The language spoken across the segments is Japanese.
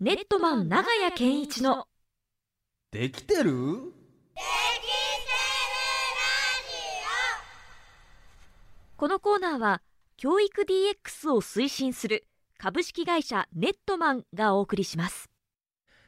ネットマン長屋健一のできてるこのコーナーは教育 DX を推進する株式会社ネットマンがお送りします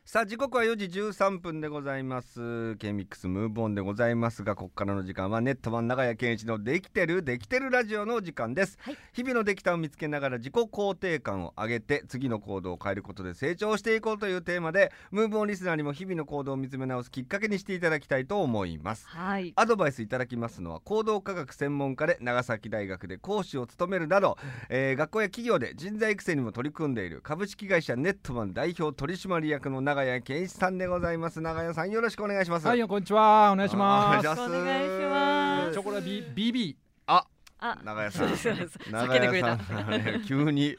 さあ時刻は4時13分でございます k ミックスムーブオンでございますがここからの時間はネットマン長屋健一のできてるできてるラジオのお時間です、はい日々のできたを見つけながら自己肯定感を上げて次の行動を変えることで成長していこうというテーマでムーブオンリスナーにも日々の行動を見つめ直すきっかけにしていただきたいと思いますはいアドバイスいただきますのは行動科学専門家で長崎大学で講師を務めるなど、えー学校や企業で人材育成にも取り組んでいる株式会社ネットマン代表取締役の長谷健一さんでございます長谷さんよろしくお願いしますはい、こんにちは。お願いしまおす。願いしお願いしまチョコラビ BB。 あ長谷さそうですそうんです避長けてく谷れさたんあれ急に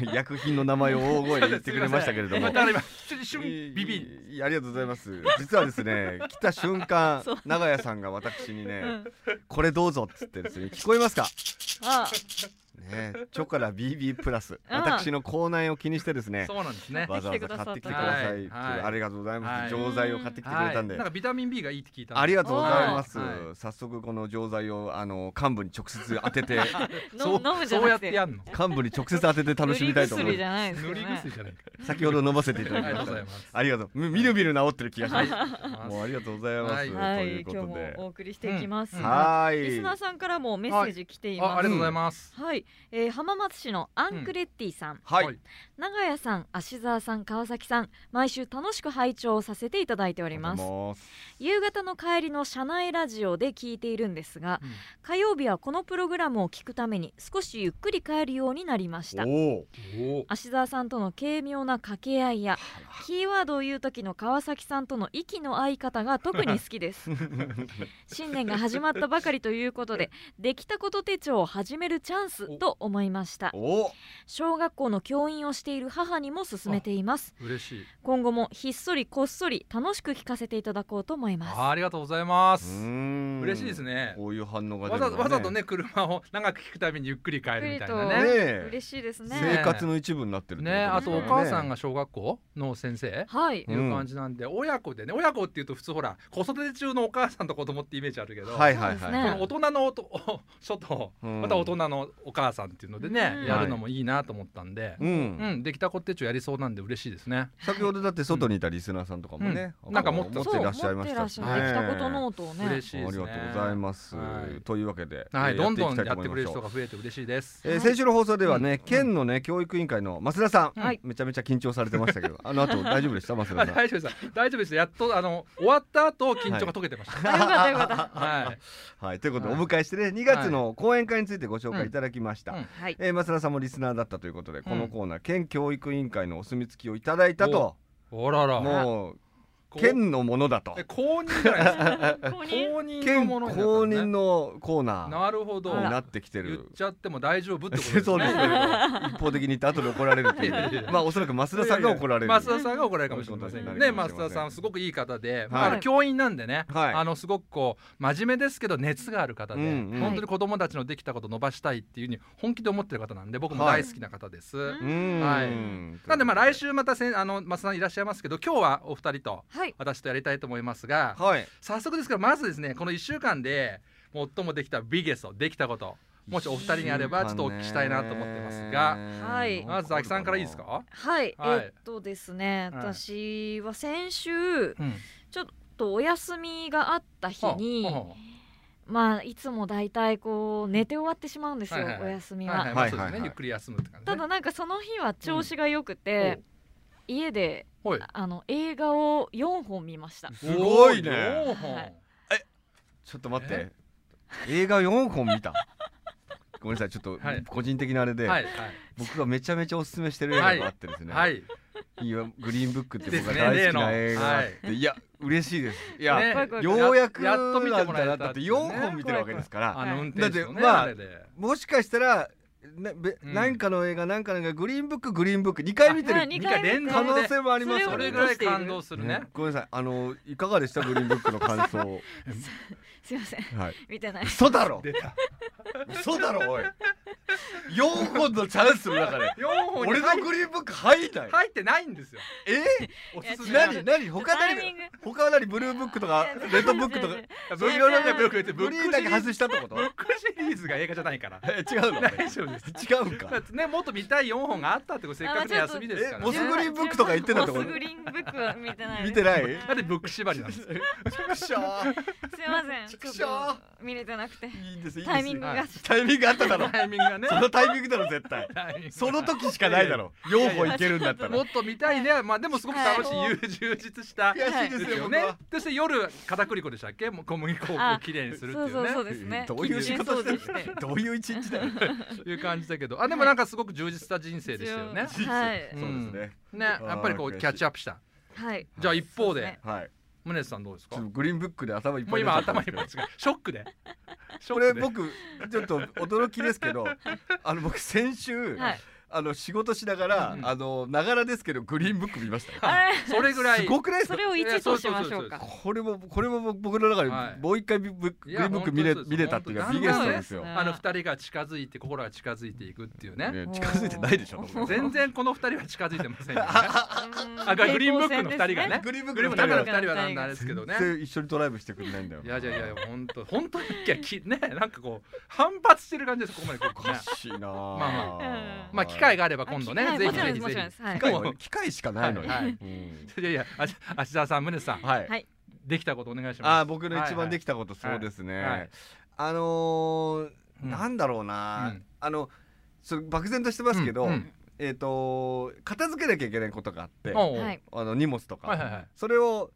薬薬品の名前を大声で言ってくれましたけれどもだから今、一瞬い BB。いいありがとうございます実はですね来た瞬間そう長谷さんが私にね、うんこれどうぞっつってですね聞こえますかあね、チョコラ BB プラスうん私の口内を気にしてですねそうなんですね。わざわざ買ってきてくださいっていうはいはいありがとうございますはい錠剤を買ってきてくれたんはでいなんかビタミン B がいいって聞いたんで。ありがとうございますは早速この錠剤をあの幹部に直接当 ててのそう飲むじゃそうやなっくててやんの。幹部に直接当てて楽しみたいと思塗り薬いじまゃないです塗よりね薬じゃないか。す先ほど飲ませていたあだりきがとうましございたます。ありがとうみみるみる治ってる気がしますもうはありがとうございます、はいはといいうこ今日ともでお送りしていきます、うんはリスナーいさんからもメッセージ来ていいます、あ、ありがとうございます。はい、えー、浜松市のアンクレッティさん、はい、はい長屋さん、芦沢さん、川崎さん、毎週楽しく拝聴させていただいております。どうも夕方の帰りの車内ラジオで聞いているんですが、うん火曜日はこのプログラムを聞くために少しゆっくり帰るようになりました。おおー芦沢さんとの軽妙な掛け合いやキーワードを言う時の川崎さんとの息の合い方が特に好きです 新年が始まったばかりということでできたこと手帳を始めるチャンスと思いましたおお小学校の教員をしている母にも勧めています嬉しい。今後もひっそりこっそり楽しく聞かせていただこうと思いますあありがとうございまうす。ーん嬉しいですね。こういう反応が出わるのざはわざとね、車を長く聞くためにゆっくり帰るみたゆっいなくりね。ね嬉しいですね生活の一部になってるってことね、あですとからおね母さんが小学校の先生。はいうんいう感じなんで、親子でね親子っていうと普通ほら子育て中のお母さんと子供ってイメージあるけど、はいはいそうはですいねこの大人のおと 書とうんまた大人のお母さんっていうのでね、うんやるのもいいなと思ったんで、うん、うん、できたこってちょやりそうなんで嬉しいですね。先ほどだって外にいたリスナーさんとかもね、うんなんか持って持ってらっしゃいましたしそうね持ってらっしゃいできたことノートをね嬉しいですね。ありがとうございます、はいというわけで、はい、えーどんどんややっってていくきたいと思れいるまし人ょうが増えて嬉しいです。えー先週の放送ではね、うん県のね教育委員会の増田さん、はいめちゃめちゃ緊張されてましたけど、 あの後大丈夫でした増あ田さん大丈夫です大丈夫ですやっとあの終わった後緊張が解けてましあた。よかったよかったはいはいということで、はいお迎えしてね2月の講演会についてご紹は介いいただきました、うんはい えー増田さんもリスナーだったということで、このコーナー県教育委員会のお墨付きをいただいたと、おらら。もうこう県のものだとえ公認じゃないですか。公公認認の県も公のになったんです認ね。のコーナなるほど。ーになってきて言っるちゃっても大丈夫ってことですそね。う そうですね一方的に言って後で怒られるといいやいやいうやまあおそらく増田さんが怒られる増田さんが怒られるかもしれませんけどねそういうことになります増田さんすごくいい方で、まあはいあの教員なんでね、はいあのすごくこう真面目ですけど熱がある方で、うんうん本当に子供たちのできたことを伸ばしたいっていうふうに本気で思ってる方なんで僕も大好きな方です。はいうんはいなんでまあ来週またせんあの増田さんいらっしゃいますけど今日はお二人とはい私とやりたいと思いますが、はい早速ですけどまずですねこの1週間で最もできたビゲストできたこともしお二人にあればちょっとお聞きしたいなと思ってますがはいまずザキさんからいいですか、はい、はいえっとですね、はい私は先週うんとお休みがあった日に、はあはあまあいつもだいたいこう寝て終わってしまうんですよ、はいはいはおい休みは、はいはいまあはいそうですはいはねいゆっくり休むって感じたねだなんかその日は調子が良くて、家でおはいあの映画を4本見ましたすごいねおー四はい本ちょっと待って映画4本見たごめんなさいちょっとはい個人的なあれではい僕がめちゃめちゃおすすめしてる映画があってですねはいいわグリーンブックって僕がですね例大好きのな映画があっていや嬉しいですいやね怖い怖い怖いようやくやなっと見てんもらえただなってだっていうね4本見てるわけですからあの運だっ転て手のねまああれでもしかしたらねべうん何かの映画何かの映画グリーンブックグリーンブック2回見てある二二回連見て可続能性もありますそそれれをぐらい感動するねねごめんなさいあのいかがでしたグリーンブックの感 想すいませんはい見てない嘘だろ出た嘘だろおい4本のチャンスの中で4本に俺入のっグリーンブック入んない入ってないんですよえおすすめいや違何う何他タイミ何ング他は何ブルーブックとか いやレッドブックとか違う違う違ういろいろねよく言ってブッグクリシーンだリけーズ外したってことブックシリーズが映画じゃないからえ違うの大丈夫です違うんかだってねもっと見たい4本があったってことせっかくの休みですかえらモねスグリーンブックとか言ってたってことモスグリーンブックは見てないです見てないはなんでブック縛りなんですかくしょーすいませ んちちくしょうょっと見れてなくていいんですいいんですタイミングがタイミ ングあっただろタイミングがねそのタイミングだろ絶対タイミングがその時しかないだろ4本いけるんだったもらっと見たいねまあでもすごく楽しい、はいゆう充実した悔しいでですすよよねねそして夜片栗粉でしたっけもう小麦粉をあきれいにするっていそううそねうそうですねどういう仕方してでるしてどういう一日だよいう感じだけどあでもなんかすごく充実した人生でしたよね、一応はいそうですねねやっぱりこあうー悔しいキャッチアップしたはいじゃあ一方でそうすねはい宗ネさんどうですちかょっともグリーンブックで頭いっぱうい今頭いっにぱいですがショックでショックこれで僕ちょっと驚きですけどあの僕先週はいあの仕事しながらうんあのながらですけどグリーンブック見ましたよあそれぐらいすごくないでれすかそれを1としましょういやそうそうそうそうかこれもこれも僕の中はでいもう一回ブックいグリやーンブック見れ本当です見れたっていうのはビ本ゲ当スですトですよ。あの二人が近づいて心が近づいていくっていうねね近づいてないで しょ。おー全然この二人は近づいてませんよ、ね、あグリーンブックの二人がねグリーンブグックリムの二中人のは二人はなんだあれですけどね全然一緒にドライブしてくれないんだよ。いやいやいや本当本当にいやきねなんかこう反発してる感じですここまで来るおとかねしいなあ。まあまあまあ機会ががあれば今度ね、はいぜもひちろんでぜすひもちろんぜですはい機会もうは機会しかないのに。はいはいうんひいやいやあし芦沢さん宗さんはい。はいできたことお願いしあまー僕の一番できたこといそはういですはいはねい。あのす、ーなんだろうなうん。あのそれ漠然としてますけどうんう、んえっと片付けなきゃいけないことがあって。おうおうはいあの荷物とか、はいはいはいそれを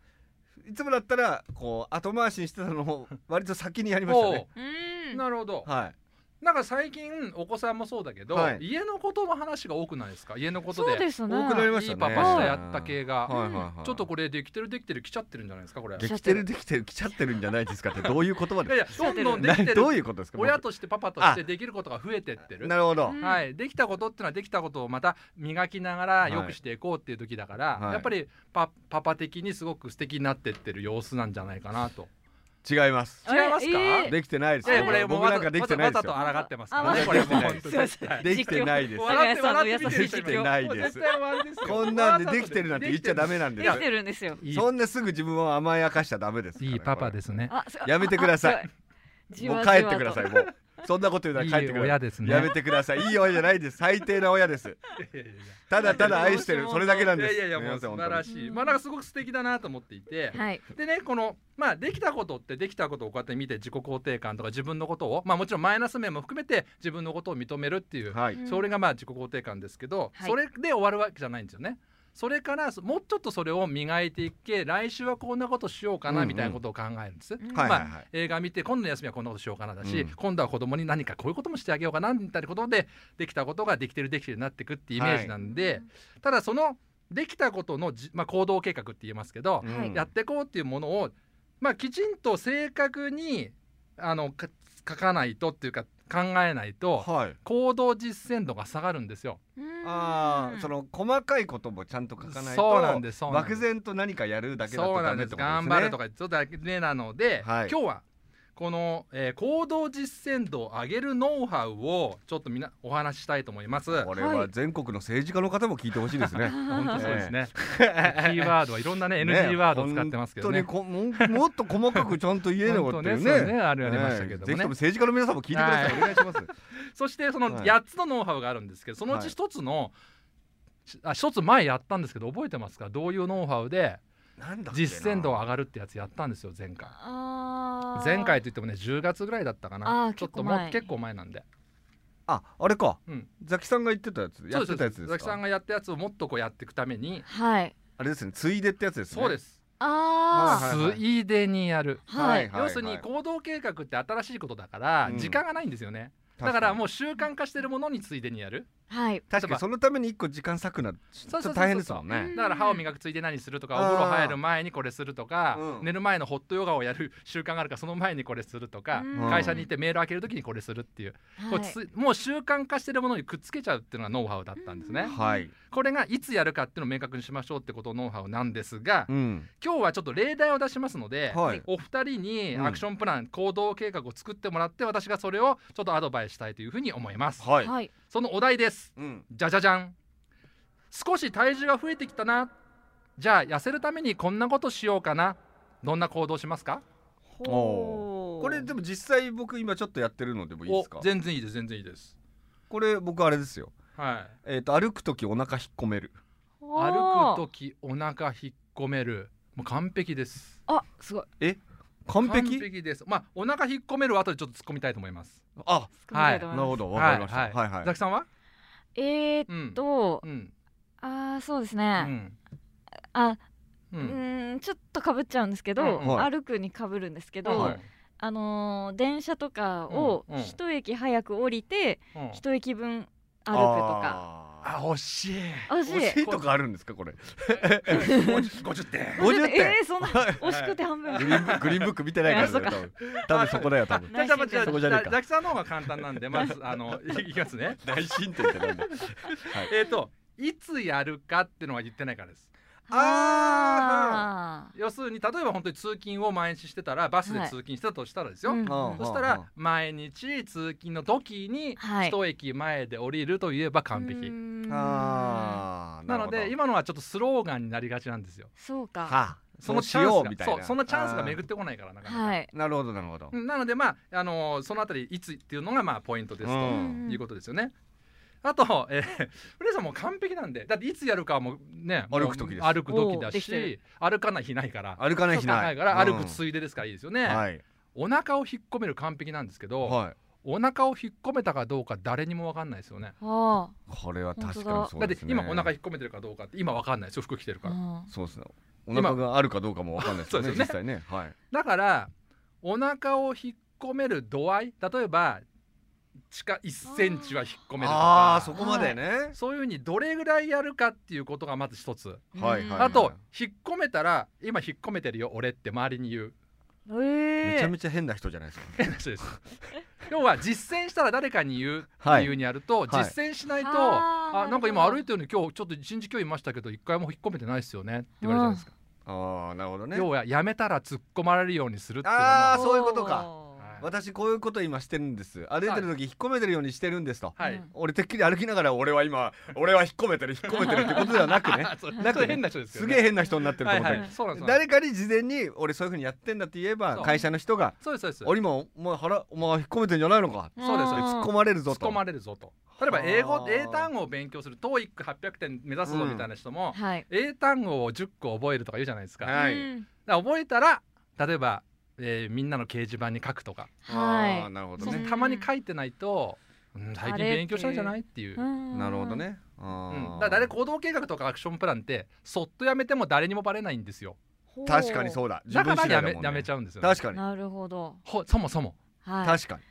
いつもだったらこう後回しにしてたのを割と先にやりましたね。うおーうんなるほど、はい、なんか最近お子さんもそうだけど、はい家のことの話が多くないですか家のことそうでですね多くなりましいたいね。パパしたやった系が、はいはいはい、ちょっとこれできてるできてる来ちゃってるんじゃないですかこれいできてるできてる来ちゃってるんじゃないですかってどういう言葉やいでやどんどんできてなるどういうことですか。親としてパパとしてできることが増えてってるなるほど。うんはい、できたことってのはできたことをまた磨きながら良くしていこうっていう時だから、はいやっぱりパパパ的にすごく素敵になってってる様子なんじゃないかなと。違います。あれ違いますかえーできてないですいやよ。これ僕わざなんかできてないですよわざ。わざと抗ってますかあらね。わこざれともう本当すいません絶対できてな いです。笑って菅笑谷っさてんの見て優しる人いい実況ますないもうです絶対終わりですよ。こんなんでできてるなんて言っちゃダメなんでできすて。るんですよいいそんなすぐ自分を甘やかしちゃダメですから。いいパパでですね。あすやめてくださいあすごもうじ帰わじっわてとください。もうそんなこと言うなら帰いっていください親。ですね。やめてください。いい親じゃないです。最低な親です。いやいやいやただただ愛してる。それだけなんいでやす。いやいやもう素晴らしい。しい。まあなんかすごく素敵だなと思っていて。はいでねこのまあできたことってできたことをこうやって見て自己肯定感とか自分のことをまあもちろんマイナス面も含めて自分のことを認めるっていう、はい。うんそれがまあ自己肯定感ですけど、はいそれで終わるわけじゃないんですよね。それからそもうちょっとそれを磨いていけ来週はこんなことしようかうんうなんみたいなことを考えるんです。うんはいまはあいはい。映画見て今度の休みはこんなことしようかなだし、うん今度は子供に何かこういうこともしてあげようかなみたいなことでできたことができてるできてるになっていくっていうイメージなんで、ただそのできたことのじ、まあ、行動計画って言えますけど、はいうんやっていこうっていうものを、まあ、きちんと正確にあのか書かないとっていうか考えないとはい。行動実践度が下がるんですよ。ああ、そのの細かいこともちゃんと書かないと。そうなんですそうなんで漠す然と何かやるだけだそとうなダんでメっすてことです頑ね。張るとかそうだけなので、はい今日はこの、えー行動実践度を上げるノウハウをちょっとみんなお話ししたいと思います。これは全国の政治家の方も聞いてほしいですね。本当そうです ね。キキーワードはいろんなね NG ワードを使ってますけどね。本当にこももっと細かくちゃんと言えよってい本当うねね。そうねあれありましたけねどもぜひねとも。政治家の皆さんも聞いてください。はお願いします。そしてそのはい8つのノウハウがあるんですけどそのうち1つの、しあ1つ前やったんですけど覚えてますかどういうノウハウでなんだっけな実践度上がるってやつやったんですよ前回あー前回といってもね10月ぐらいだったかあなーちょっ結構とも前う結構前なんであ、あれかうん。ザキさんが言ってたやつ、やってたやつそう佐で々す木さかん。がやったやつをもっとこうやっていくためにはいあれですね、ついでってやつですね。そうですあはいはいついでにやるーはいはい要するに行動計画って新しいことだからうん時間がないんですよね確だからうもう習慣化してるものについでにやるはい確かにそのために一個時間割くなちょそうそうっとそうそう大変ですもんね。だから歯を磨くついで何するとかおあー風呂入る前にこれするとか、うん寝る前のホットヨガをやる習慣があるからその前にこれするとか、うん会社に行ってメール開ける時にこれするっていう、はこいうつもう習慣化してるものにくっつけちゃうっていうのがノウハウだったんですね、うんはい。これがいつやるかっていうのを明確にしましょうってことのノウハウなんですが、うん。今日はちょっと例題を出しますので、はい。お二人にうんアクションプラン、行動計画を作ってもらって私がそれをちょっとアドバイスしたいというふうに思います、はい。はいそのお題ですうん。じゃじゃじゃん少し体重が増えてきたなじゃあ痩せるためにこんなことしようかなどんな行動しますかほうこれでも実際僕今ちょっとやってるのでもいいですかお。全然いいです全然いいですこれ僕あれですよ。はいえっと歩くときお腹引っ込める。歩くおー時お腹引っ込めるもう完璧ですあすごい完完璧。璧ですまあお腹引っ込めるは後でちょっと突っ込みたいと思いますあ、少ないとな思るいますほどわかりました。はいはいザはキさんはえー、っうんと、うんあーそうですうね、んあううーんちょっとかぶっちゃううんですけど、うんはい歩くにかぶるんですけど、はいあのー電車とかをうんうん一駅早く降りてうん一駅分歩くとい。かあー。あ惜しい惜惜ししいいとかあるんですか これ。 50点もうちょっと50点えー、そんな惜しくて半分グリーングリーンブック見てないからねあそっか多分多分そこだよ 多分。じゃあじゃあじゃあそこじゃねえかザキさんの方が簡単なんで まずあのいいきますね大進展ってなんだ。えっといつやるかってのは言ってないからですああ要するに例えば本当に通勤を毎日してたらバスではい通勤してたとしたらですーよ、うんあーそしたら毎日通勤の時にはい一駅前で降りるといえば完璧、うーんあーなのるほでど今のはちょっとスローガンになりがちなんですよそうかははあそのチャそうしようンみスたがいなそうそのチャンスが巡っってこないからなかなか、いなるほどなるほどう、んなのでまあ、あのーそのあたりいつっていうのがまあポイントですと、うんいうことですよね。あと、えー、 古谷さんもう完璧なんでだっていつやるかはもうねもう歩く時です歩く時おだうできてし歩かない日ないから歩かない日ないいから歩くいついでですからいいですよてね、はいお腹を引っ込める完璧なんですけど、はいお腹を引っ込めたかどうか誰にも分かんないですよねあこれは確かに本そだうっでてすね今お腹引っ込めてるかどうかって今分かんないですよ服着てー、るうから、ん、そうですねお今腹があるかどうかもわかんないですよねそうで実す際ねはいだからお腹を引っ込める度合い例えば地下1センチは引っ込めるとかあーそこまでねそういうふうにどれぐらいやるかっていうことがまず一つ、はいはいあと引っ込めたら今引っ込めてるよ俺って周りに言うえー、めちゃめちゃ変な人じゃないですか変な人です 要は実践したら誰かに言うってはいいうふうにやると、い実践しないと、あーあなんかな今るほど歩いてるのに今日ちょっと一日今日いましたけど一回も引っ込めてないですよねって言われるじゃないですか、ああなるほどね要はやめたら突っ込まれるようにするっていうのあーもそういうことかおーはい私こういうこと今してるんです歩いてる時引っ込めてるようにしてるんですとはい、うん俺てっきり歩きながら俺は今俺は引っ込めてる引っ込めてるってことではなく ねそれなんかねそれ変な人ですけど、すげえ変な人になってるとは思いっはたけどいそうなんです誰かに事前に俺そういうふうにやってんだって言えばそう会社の人がそうですそうです「俺今お前腹お前引っ込めてんじゃないのか」ってそうですあー突っ込まれる突ぞっと込まれるぞと例えば英は語あ英単語を勉強する TOEIC800 点目指すぞみたいな人も、はい英単語を10個覚えるとか言うじゃないですか,、はいうんだから覚えたら例えば、えーみんなの掲示板に書くとか、あーはなるほんどそうすねるとたまに書いてないと、うん最あ近れ勉強したんじゃないっていうい、うんなるほどねうん、あーだから誰行動計画とかアクションプランってそっとやめても誰にもバレないんですよほう確かにそうだだからやめ,、もんねやめちゃうんですよ、ね、確かになるほどほそもそもはい確かに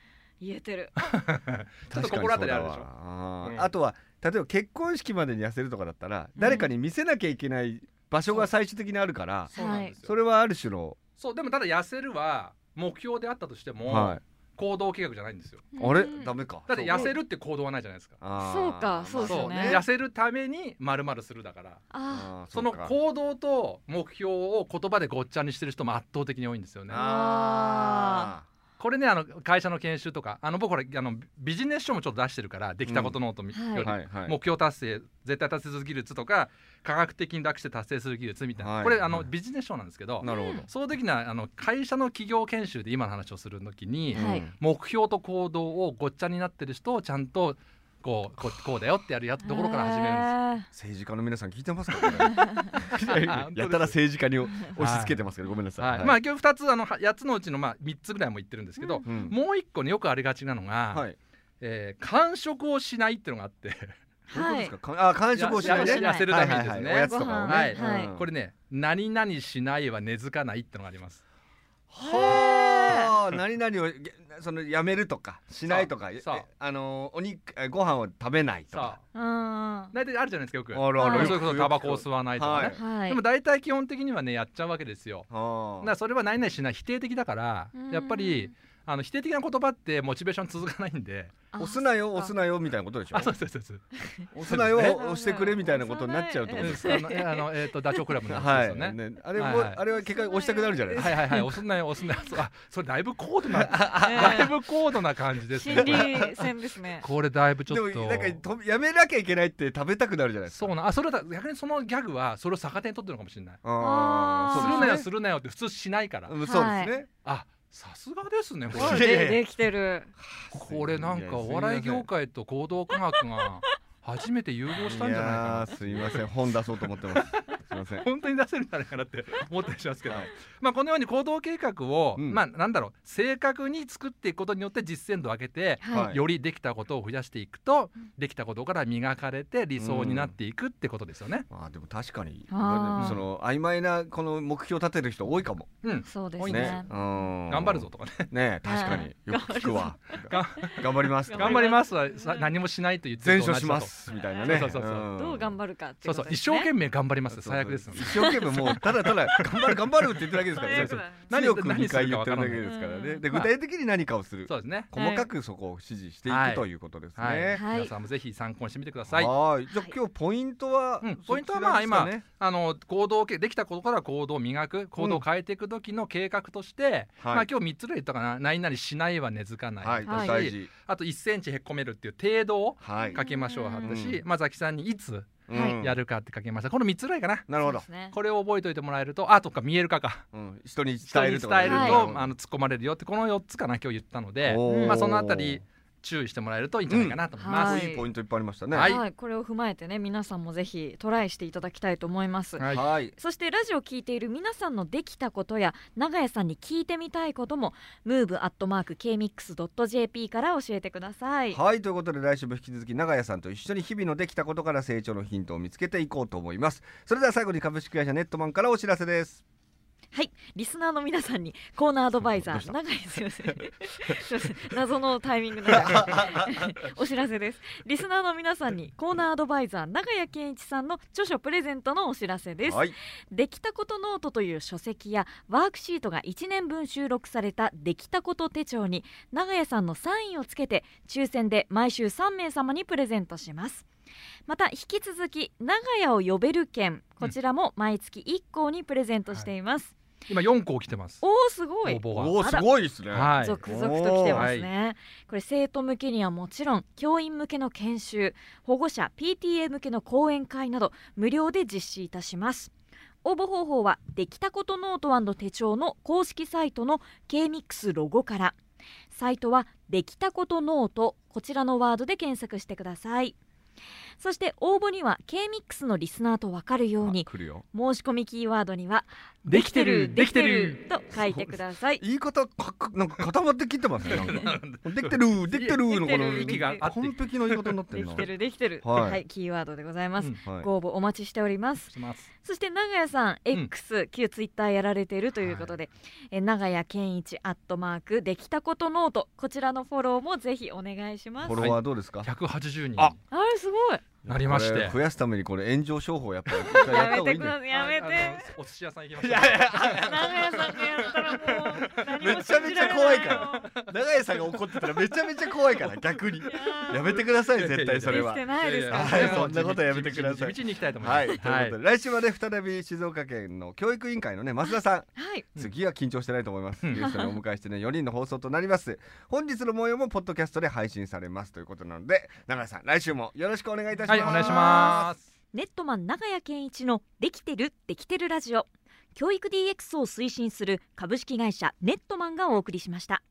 言えてるちょっと確かに心当たりあるでしそうょだわあーうんあとは例えば結婚式までに痩せるとかだったらうん誰かに見せなきゃいけない場所が最終的にあるからそうよそれはある種のそうでもただ痩せるは目標であったとしても、はい行動計画じゃないんですよあれうんダメかだって痩せるるって行動はないじゃないですかそうかそうですよね痩せるためにまるまるするだからあその行動と目標を言葉でごっちゃにしてる人も圧倒的に多いんですよねあこれねあの会社の研修とかあの僕これあのビジネス書もちょっと出してるからできたことノートみ、うんよーり、はいはい目標達成絶対達成する技術とか科学的に楽して達成する技術みたいな、はいこれあはのいビジネス書なんですけどなるほどうその時にはあの会社の企業研修で今の話をする時に、はいうん目標と行動をごっちゃになってる人をちゃんとこうここうだよってやるやつところから始めるんですよん政治家の皆さん聞いてますか、ねあ本当ですやたら政治家に押し付けてますけど、ごめんなさい。はいまあ今日2つあのは8つのうちのまあ3つぐらいも言ってるんですけど、うんうんもう1個によくありがちなのが、はい、えー完食をしないっていうのがあってどういうことはですいか。かあ、完食をしないいやね。いや痩せるためにですねはいはいはいおやつとかをね。はいはいうんこれね何々しないは根付かないっていうのがありますはあ、何々を、げそのやめるとかしないとかそうそうえあのーお肉えご飯を食べないとさかあうん大体あるじゃないですかよくあるあはるいそれこそタバコを吸わないとかね、はいはいでも大体基本的にはねやっちゃうわけですよだはからそれは何々しない否定的だからやっぱりあの否定的な言葉ってモチベーション続かないん であ押すなよそっか押すなよみたいなことでしょあそうそうそうそう押すなそようですね押してくれみたいなことになっちゃうってことですうんあのえ あのえっ、とダチョウ倶楽部のやつはですよいね、ねあれもはいはいあれは結果押したくなるじゃないですはかいはいはい、押すなよ、押すなよ、そうあ、それだいぶ高度 な、だいぶ高度な感じです心ね。理戦です ね。これだいぶちでょもっと。なんかとやめなきゃいけないって食べたくなるじゃないですかそうな、あ、それだ、逆にそのギャグは、それを逆手に取ってるのかもしれない。ああーするーなよ、そうでするなよって普通しないから。うんそうですねあ、さすがですね、こいやいれ。やでできてる。これなんか、お笑い業界と行動科学が初めて融合したんじゃないやかーすいません本出そうと思ってますすいませんな。本当に出せるんじゃないかなって思ったりしますけど、はいまあこのように行動計画を、うんまあなんだろう正確に作っていくことによって実践度を上げて、はいよりできたことを増やしていくと、うんできたことから磨かれて理想になっていくってことですよね。まあでも確かにあーその曖昧なこの目標立てる人多いかもうん、そうです多いんですねね。頑頑張るぞとかね。ね確かによく聞くわ頑頑張ります頑頑張張りりまますすはさ何もしないと言って全るのと同勝じしだとますみたいなねそうそうそうそどう頑る張るかっていそううこそうとで一す生ね。懸命頑張りますって最悪ですよね 一。生懸命 もうただただ頑張る頑張るって言ってるだけですからね最悪だね何強く2回言何するってかわるだけからないですからねうんで具体的に何かをするそうですね。細かくそこを指示していはくいということですはねはい皆さんもぜひ参考にしてみてください。はいじゃあ今日ポイントはうんそポちらイントはまあですかねあの行動けできたことから行動を磨く行動を変えていく時の計画として、はいまあ今日三つ類言ったかな何々しないは根付かない、はいはい大事あと1センチへっこめるっていう程度をはいかけましょうはったし、うまあザキさんにいつはいうんやるかってかけました、この3つぐらいかななるほどそうですねこれを覚えておいてもらえるとあとか見えるかかうん人に人伝えにる伝えっるてと、ことねあの突っ込まれるよってこの4つかな今日言ったのでおーまあそのあたり注意してもらえるといいんじゃないかなと思います。はいいいポイントいっぱいありましたねはいはい、これを踏まえてね皆さんもぜひトライしていただきたいと思います。はいはいそしてラジオを聞いている皆さんのできたことや長屋さんに聞いてみたいことも move.kmix.jp から教えてください。はいということで来週も引き続き長屋さんと一緒に日々のできたことから成長のヒントを見つけていこうと思いますそれでは最後に株式会社ネットマンからお知らせですはい、リスナーの皆さんにコーナーアドバイザどうしーた長井すいませんすいません謎のタイミングになっちゃったお知らせですリスナーの皆さんにコーナーアドバイザー長谷健一さんの著書プレゼントのお知らせです、はいできたことノートという書籍やワークシートが1年分収録されたできたこと手帳に長谷さんのサインをつけて抽選で毎週3名様にプレゼントしますまた引き続き長屋を呼べる券こちらも毎月1項にプレゼントしています、今4校来てます。おおすごい応募おは。おすごいですねはい。続々と来てますね、これ生徒向けにはもちろん教員向けの研修保護者 PTA 向けの講演会など無料で実施いたします応募方法はできたことノート手帳の公式サイトの KMIX ロゴからサイトはできたことノートこちらのワードで検索してくださいそして応募には KMIX のリスナーとわかるようにあ来るよ申し込みキーワードにはできてるできてると書いてください言い方かかなんか固まってきてますねなん かできてるできてるのこのできてるがあって完璧な言い方になってでるきなてるできてるは、はいいキーワードでございます、うんはいご応募お待ちしておりますします。そして長屋さんうん X、旧ツイッターやられているということで、え長屋健一アットマークできたことノートこちらのフォローもぜひお願いしますフォロワーどうですか180人。ああれすごいなりましてこれ増やすためにこれ炎上商法やっぱり一回やったや方がめいていんくだよださいやめあてあのお寿司屋さん行きましょう。長屋さんがやったらもう何もめち信ゃじめちらゃれ怖いないかよら長屋さんが怒ってたらめちゃめちゃ怖いから逆にやめてください絶対それはできてないですかいやらいやはいそんなことやめてください地道に行きたいと思います。はい、ということで来週はね再び静岡県の教育委員会のね増田さんはいうん次は緊張してないと思います。うんゲストにお迎えしてね、4人の放送となります。本日の模様もポッドキャストで配信されますということなので、長谷さん、来週もよろしくお願いいたしまはす。い、お願いします。ネットマン長屋健一のできてるできてるラジオ教育 DX を推進する株式会社ネットマンがお送りしました